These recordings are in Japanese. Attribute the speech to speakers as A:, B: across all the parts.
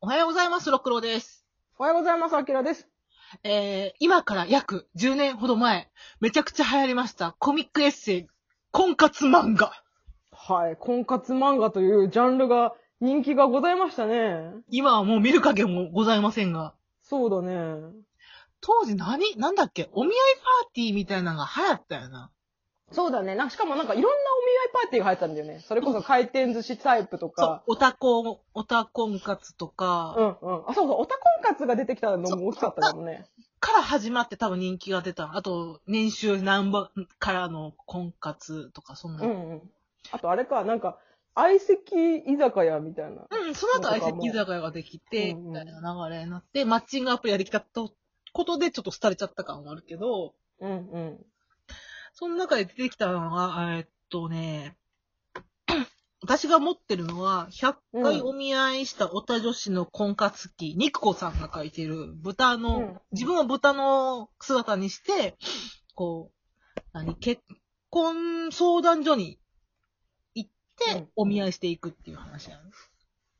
A: おはようございます、ろくろです。
B: おはようございます、あきらです。
A: えー、今から約10年ほど前、めちゃくちゃ流行りました、コミックエッセイ、婚活漫画。
B: はい、婚活漫画というジャンルが、人気がございましたね。
A: 今はもう見る影もございませんが、
B: そうだね。
A: 当時何、なんだっけ、お見合いパーティーみたいなのが流行ったよな。
B: そうだね。なしかもなんかいろんなお見合いパーティーが入ったんだよね。それこそ回転寿司タイプ
A: そ
B: と
A: う
B: か。、
A: オタコ、オタ婚活とか、
B: うんうん。あ、そうそう、オタ婚活が出てきたのも大きかったかもね。
A: から始まって多分人気が出た。あと、年収何番からの婚活とか、そんな。
B: う
A: うん、
B: んうん。あとあれか、なんか、相席居酒屋みたいな。
A: その後相席居酒屋ができて、
B: うんうん
A: みたいな流れになって、マッチングアプリができたと、ことでちょっと廃れちゃった感はあるけど、
B: うんうん。
A: その中で出てきたのが、えーっとね、 私が持ってるのは、100回
B: うん
A: お見合いしたオタ女子の婚活記、肉子さんが書いてる、豚の、
B: うん
A: 自分を豚の姿にして、こう、何、結婚相談所に行っ
B: う
A: て
B: ん、
A: お見合いしていくっていう話なの。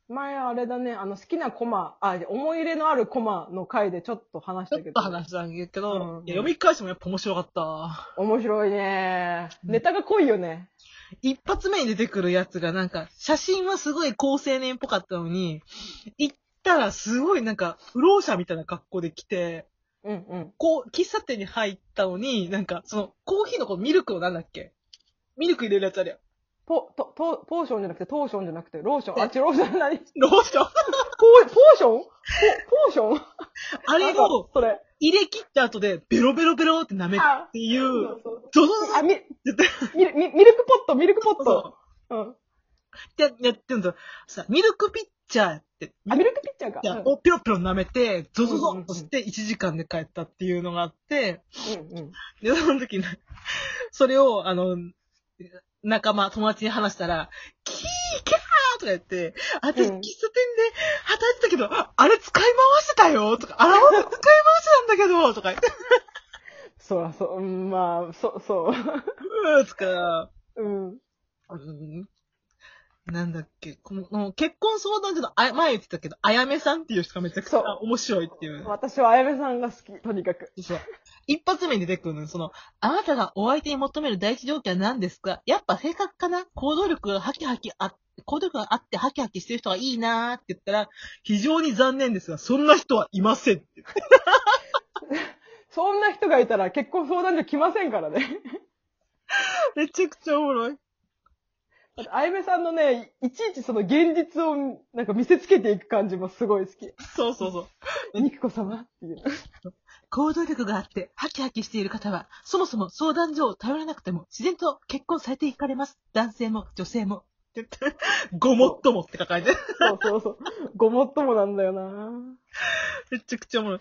B: 前あれだね、あの好きなコマ、あ、思い入れのあるコマの回でちょっと話
A: ち
B: した
A: ょ
B: けど。
A: っと話したんだけど、
B: うんうん
A: いや読み返してもやっぱ面白かった。
B: 面白いね。ネタが濃いよね。
A: 一発目に出てくるやつがなんか、写真はすごい高青年っぽかったのに、行ったらすごいなんか、不老者みたいな格好で来て、
B: うんうん。
A: こう、喫茶店に入ったのに、なんか、その、コーヒーのこのミルクをなんだっけミルク入れるやつあるやん。
B: ポ、と、と、ポーションじゃなくて、トーションじゃなくて、ローション。あ、違う、ローション何ポー、
A: ローション
B: ポーションポ、ポーション
A: あ
B: あ
A: れを
B: それ。
A: 入れ切った後で、ベロベロベロって舐めるっ
B: あ、
A: ていう、
B: そうそう
A: ゾゾゾゾ
B: あ、
A: っ
B: み、
A: て
B: み、みミルクポット、ミルクポッ
A: そ
B: ト。うん。
A: ややってんだ。さ、ミルクピッチャーって、
B: あ、ミルクピッチャーか。
A: いや、
B: う
A: をピロピロ舐めて、ゾゾ
B: うんうん
A: ゾ
B: うん
A: として1時間で帰ったっていうのがあって、
B: んうんうん。
A: で、その時に、 それを、あの、仲間、友達に話したら、キーキャーとか言って、あ私、喫茶
B: う
A: 店
B: ん
A: で働いてたけど、あれ使い回してたよとか、あらわ使い回してたんだけどとか言って、
B: そら、そう、うんまあ、そ、そう
A: ーとか、
B: う。うん。
A: うんなんだっけ、この、この結婚相談所の、あ前言ってたけど、あやめさんっていう人がめちゃくちゃ
B: そう
A: 面白いっていう。
B: 私はあやめさんが好き、とにかく。
A: そう。一発目に出てくるのよその、あなたがお相手に求める第一条件は何ですかやっぱ性格かな行動力がハキハキあ、行動力があってハキハキしてる人がいいなーって言ったら、非常に残念ですが、そんな人はいませんって。
B: そんな人がいたら結婚相談所来ませんからね。
A: めちゃくちゃおもろい。
B: だってあやめさんのね、いちいちその現実をなんか見せつけていく感じもすごい好き。
A: そうそうそう。
B: 肉子様っていう。
A: 行動力があってハキハキしている方は、そもそも相談所を頼らなくても自然と結婚されていかれます。男性も女性も。って言って、 ごもっともって書かれて。
B: そうそうそう。ごもっともなんだよな
A: めちゃくちゃおもろい。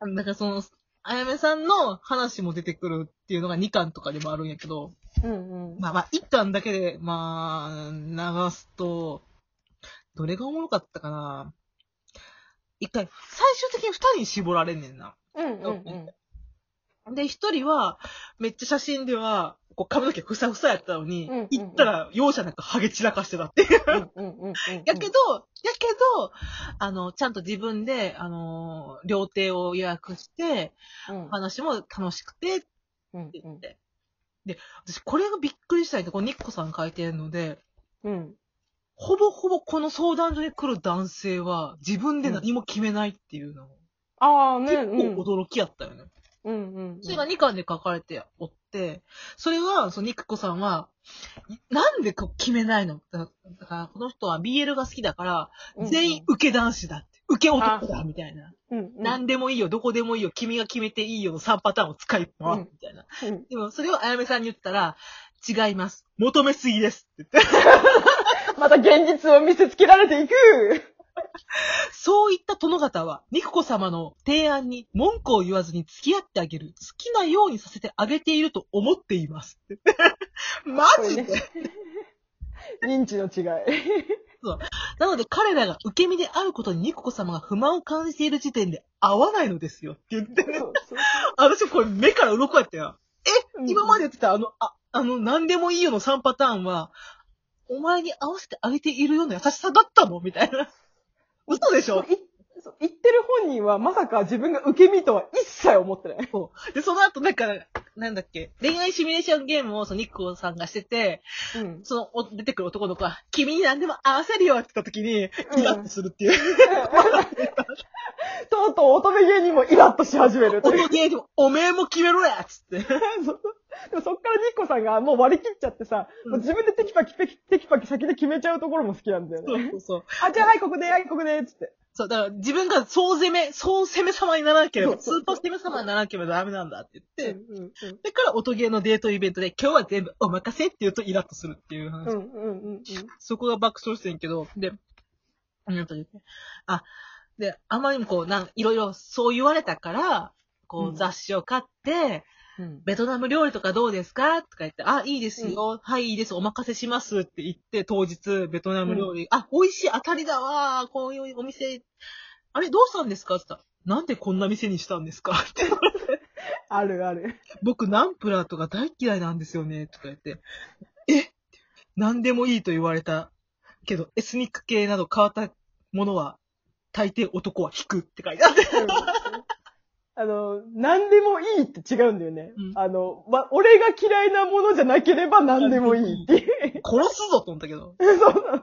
A: なんかその、あやめさんの話も出てくるっていうのが2巻とかでもあるんやけど、
B: うんうん。
A: まあまあ1巻だけで、まあ、流すと、どれがおもろかったかな。一回、最終的に2人に絞られんねんな。
B: うん
A: うんうんで、1人は、めっちゃ写真では、こう髪の毛ふさふさやったのに
B: うんうんうん、
A: 行ったら容赦なくハゲ散らかしてたっていう。
B: うんうんうんうん。
A: やけど、やけど、あの、ちゃんと自分で、あの、料亭を予約して、
B: うん
A: お話も楽しくてって
B: うん
A: 言って。で、私これがびっくりしたいって、このニッコさん書いてるので、
B: うん。
A: ほぼほぼこの相談所に来る男性は自分で何も決めないっていうの、
B: ああね、
A: 結
B: うん。
A: 構驚きやったよね。
B: うんうん。
A: それが2巻で書かれておって、それは、そのニッコさんは、なんでこう決めないのだだから、この人は BL が好きだから、全員受け男子だって、受け男だみたいな。
B: うんうん。
A: 何でもいいよ、どこでもいいよ、君が決めていいよの3パターンを使い回すみたいな。
B: うん
A: でも、それをあやめさんに言ったら、違います。求めすぎです。って言って。
B: また現実を見せつけられていく
A: そういった殿方は、ニクコ様の提案に文句を言わずに付き合ってあげる。好きなようにさせてあげていると思っています。って言って マジで、
B: こ認知の違い。
A: なので彼らが受け身であることにニクコ様が不満を感じている時点で合わないのですよ。って言 ってね。
B: そうそう
A: 私これ目から鱗やったよ。今までやってたあの、あ、あの、何でもいいよの3パターンは、お前に合わせてあげているような優しさだったのみたいな。嘘でし
B: そう
A: ょ
B: いそう言ってる本人はまさか自分が受け身とは一切思ってない。
A: で、その後、なんか、なんだっけ、恋愛シミュレーションゲームをそのニッコさんがしてて、
B: うん。
A: そのお出てくる男の子は、君に何でも合わせるよって言った時に、イ
B: うん
A: ラッとするって いう。
B: とうとう乙女芸人もイラッとし始めるという。
A: 男芸人も、おめえも決めろやっつって。
B: そうでもそっからニッコさんがもう割り切っちゃってさ、
A: うん
B: もう自分でテキパキテキテキパキ先で決めちゃうところも好きなんだよ
A: そ
B: ね。
A: うそうそう。
B: あ、じゃあはい、ここで、はい、ここで、つって。
A: そう、だから自分が総攻め、総攻め様にならなければ、ス
B: そうそう
A: ーパー攻め様にならなければダメなんだって言って、
B: うんうん
A: だから音ゲーのデートイベントで、今日は全部お任せって言うとイラッとするっていう話。
B: うんうんうんうん。
A: そこが爆笑してんけど、で、なんというかあ、で、あまりにもこう、なん、いろいろそう言われたから、こ
B: うん
A: う雑誌を買って、
B: うん
A: ベトナム料理とかどうですかとか言って、あ、いいですよ、はい、いいです、お任せしますって言って、当日、ベトナム料理、あ、美味しい、当たりだわー、こういうお店、あれ、どうしたんですかって言ったら、なんでこんな店にしたんですかって。
B: あるある。
A: 僕、ナンプラーとか大嫌いなんですよね、とか言って。え何でもいいと言われた。けど、エスニック系など変わったものは、大抵男は引くって書いてあって。
B: あの、何でもいいって違うんだよね。
A: うん
B: あの、ま、俺が嫌いなものじゃなければ何でもいいっていう。
A: 殺すぞと思ったけど。
B: そうなんだ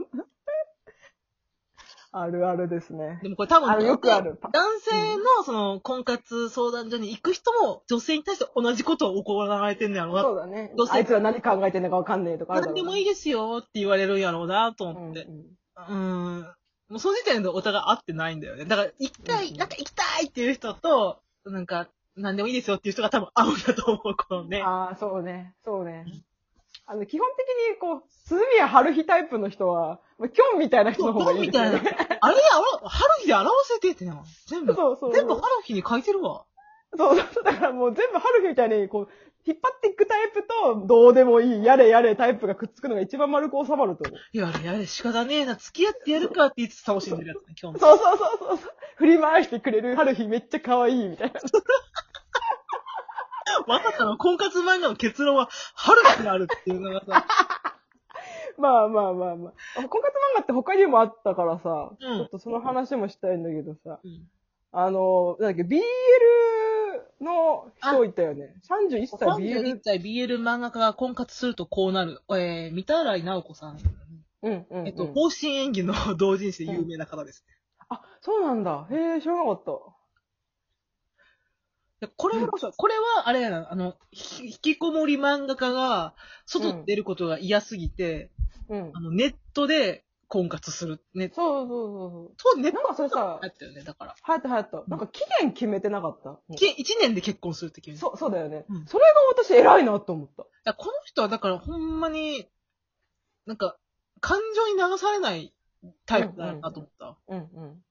B: あるあるですね。
A: でもこれ多分、
B: あの、よくある。パ
A: 男性のその婚活相談所に行く人も女性に対して同じことを行われてんのやろうな。
B: そうだね
A: どう。せ
B: あいつら何考えてんのかわかんねえとかあるだろ
A: 何でもい
B: い
A: いですよって言われるんやろうなと
B: と
A: 思って。うん。もうその時点でお互い合ってないんだよね。だから、行きた
B: うん
A: い、
B: うん
A: なんか行きたいっていう人と、なんか、何でもいいですよっていう人が多分合うんだと思う、このね。
B: ああ、そうね。そうね。あの、基本的に、こう、鈴宮春日タイプの人は、まあ、キョンみたいな人の方がいい
A: み
B: です
A: たい
B: よ
A: な。あ
B: ね。
A: れやろ、春日で表せてってな。全部、
B: そうそう。
A: 全部春日に書いてるわ。
B: そうそう。だからもう全部春日みたいに、こう、引っ張っていくタイプと、どうでもいい、やれやれタイプがくっつくのが一番丸く収まると思う。
A: いや、あれやれ、仕方ねえな、付き合ってやるかって言って楽しんでるやつね、今日も。
B: そうそうそうそうそう。振り回してくれる春日めっちゃ可愛い、みたいな。
A: まさかの婚活漫画の結論は、春日になるっていうのが さ、
B: まあまあまあまあ。婚活漫画って他にもあったからさ、
A: うん
B: ちょっとその話もしたいんだけどさ、
A: うん
B: あの、なんだっけ、BL の人いたよね。31歳 BL。
A: 31歳 BL 漫画家が婚活するとこうなる。えー、三田来直子さん。
B: うんうん、うん。
A: えっと、方針演技の同人誌で有名な方です。
B: あ、そうなんだ。へえ、知らなかった。
A: でこれは、これは、あれやな、あの、ひ引きこもり漫画家が、外に出ることが嫌すぎて、
B: うん
A: あ。の、ネットで婚活する。ネット、
B: そうそうそう
A: そうネ
B: そ
A: ッ
B: う。なんかそれさ
A: トだ、ったよね、だから。
B: 流行った流行った。なんか期限決めてなかった。
A: け一年で結婚するって決めた
B: そう、そうだよね。
A: うん
B: それが私偉いなと思っ
A: だ
B: た。
A: からこの人は、だから、ほんまに、なんか、感情に流されないタイプだなと思った。
B: うんうん。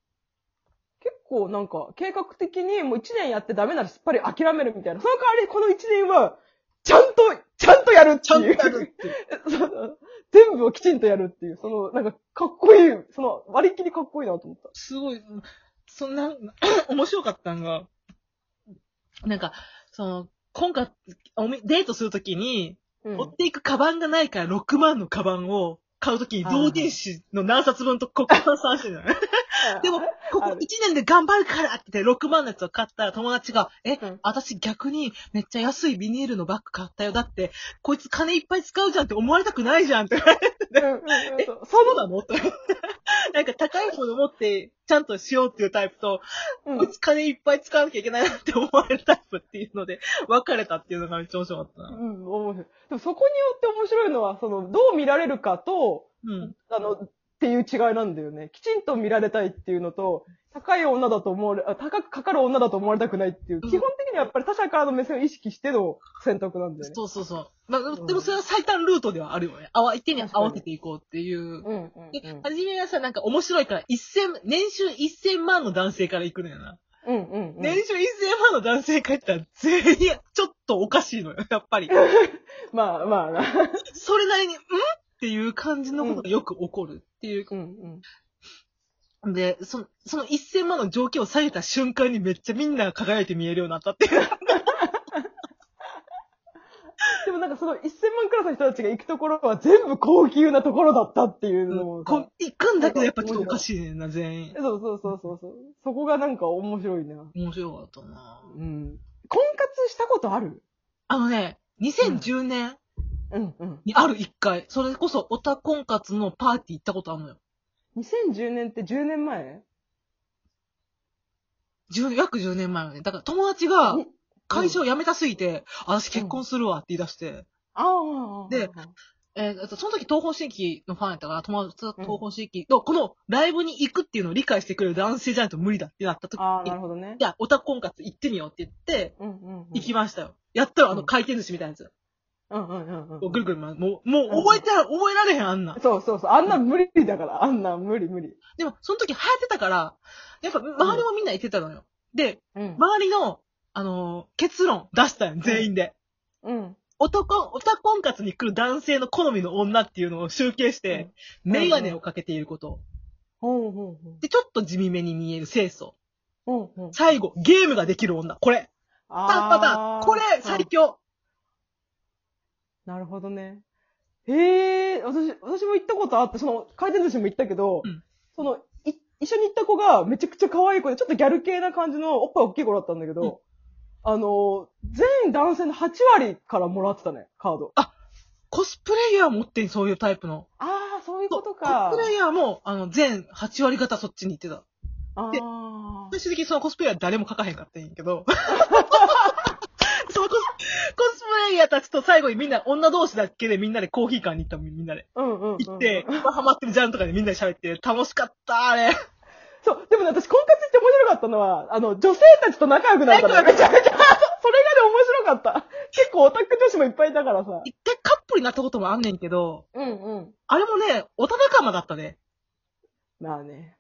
B: 結構なんか、計画的にもう一年やってダメならすっぱり諦めるみたいな。その代わりこの一年は、ちゃんと、ちゃんとやるっ
A: ちゃ
B: て
A: んと
B: い
A: や
B: う。
A: るっていう。
B: そう全部をきちんとやるっていう、その、なんか、かっこいい、その、割り切りかっこいいなと思った。
A: すごい、うんそんな、 面白かったんが、なんか、その、今回、おみデートするときに、
B: うん
A: 持っていくカバンがないから6万のカバンを買うときに
B: はいは
A: 同
B: い
A: 人誌の何冊分とここ換算してるのね。 でも、ここ1年で頑張るからって言って6万のやつを買ったら友達が、え
B: うん、
A: 私逆にめっちゃ安いビニールのバッグ買ったよ。だって、こいつ金いっぱい使うじゃんって思われたくないじゃんって。
B: うんうんうんそう
A: そうなのと。 なんか高いもの持ってちゃんとしようっていうタイプと、
B: うん
A: こいつ金いっぱい使わなきゃいけないなって思われるタイプっていうので、別れたっていうのがめっちゃ面白かったな。
B: うん、面白い。でもそこによって面白いのは、その、どう見られるかと、
A: うん。
B: あの、っていう違いなんだよね。きちんと見られたいっていうのと、高い女だと思われ、あ高くかかる女だと思われたくないっていう、
A: うん
B: 基本的にはやっぱり他者からの目線を意識しての選択なんだよね。
A: そうそうそう。まあ、で
B: うん
A: もでもそれは最短ルートではあるよね。あわ、一手に
B: 確かに
A: 合わせていこうっていう。
B: うん、うん
A: で、初めはさ、なんか面白いから、一千、年収一千万の男性から行くのよな。
B: うん、うん、うん。
A: 年収一千万の男性から行ったら、全員、ちょっとおかしい のよ、やっぱり。
B: まあまあな。
A: それなりに、んっていう感じのことがよく起こるっていう。
B: うん、うん。
A: で、その、その一千万の条件を下げた瞬間にめっちゃみんなが輝いて見えるようになったっていう。
B: でもなんかその1000万クラスの人たちが行くところは全部高級なところだったっていうのもさ、
A: こ行くんだけどやっぱちょっとおかしいねんな、全員。
B: そうそうそうそうそう。そこがなんか面白いな。
A: 面白かったな
B: うん。婚活したことある
A: あのね、2010年
B: うんうん。
A: にある一回、それこそオタ婚活のパーティー行ったことあるのよ。
B: 2010年って10年前
A: 10約10年前のね。だから友達が
B: うん
A: 会社を辞めたすぎて、あ私結婚するわって言い出して、
B: ああ。
A: で、えーその時東方新規のファンやったから、友達と東方新規の、このライブに行くっていうのを理解してくれる男性じゃないと無理だってなった時
B: ああ、
A: に
B: なる、ほどね。
A: じゃあオタ婚活行ってみようって言って、
B: うんうんうん。
A: 行きましたよ。やったらあ
B: う
A: の
B: ん
A: 回転寿司みたいなやつ。
B: うんうんう
A: こ
B: んう
A: うんぐ。るぐる回る。もう、もう覚えたら、覚えられへん、あんなん。
B: そうそうそう。あんな無理だから。あんな無理無理。
A: でも、その時流行ってたから、やっぱ周りもみんな行ってたのよ。で、
B: うん。
A: 周りの、あのー結論出したんよ、全員で。
B: うん。
A: 男、オタ婚活に来る男性の好みの女っていうのを集計して、
B: うん
A: メガネをかけていること。
B: ほうほうほう。
A: で、ちょっと地味めに見える清楚。
B: ほうほう。
A: 最後、ゲームができる女。これ。パンパンパン。これ、最強。
B: なるほどね。へえ、私、私も行ったことあって、その、回転寿司も行ったけど、
A: うん
B: その、い、一緒に行った子がめちゃくちゃ可愛い子で、ちょっとギャル系な感じのおっぱい大きい子だったんだけど、
A: うん
B: あの、全男性の8割からもらってたね、カード。
A: コスプレイヤー持ってん、そういうタイプの。
B: ああ、そういう
A: そ
B: こ
A: う
B: と
A: コ
B: か
A: ス。プレイヤーも、あの、全8割方そっちに行ってた。
B: あ
A: で
B: あ。
A: 最終的にそのコスプレイヤー誰も書かへんかったんやけど。 そのコスコスプレイヤーたちと最後にみんな、女同士だけでみんなでコーヒー館に行ったのみんなで。
B: うんうん、うん。
A: 行って、今ハマってるジャンルとかでみんなで喋って、楽しかった、あれ。
B: そう、でもね、私、婚活って面白かったのは、あの、女性たちと仲良くなったの。
A: 仲
B: めちゃめちゃ。それがね、面白かった。結構オタク女子もいっぱいいたからさ。
A: 一回カップルになったこともあんねんけど、
B: うんうん。
A: あれもね、おた仲間だったね。
B: まあね。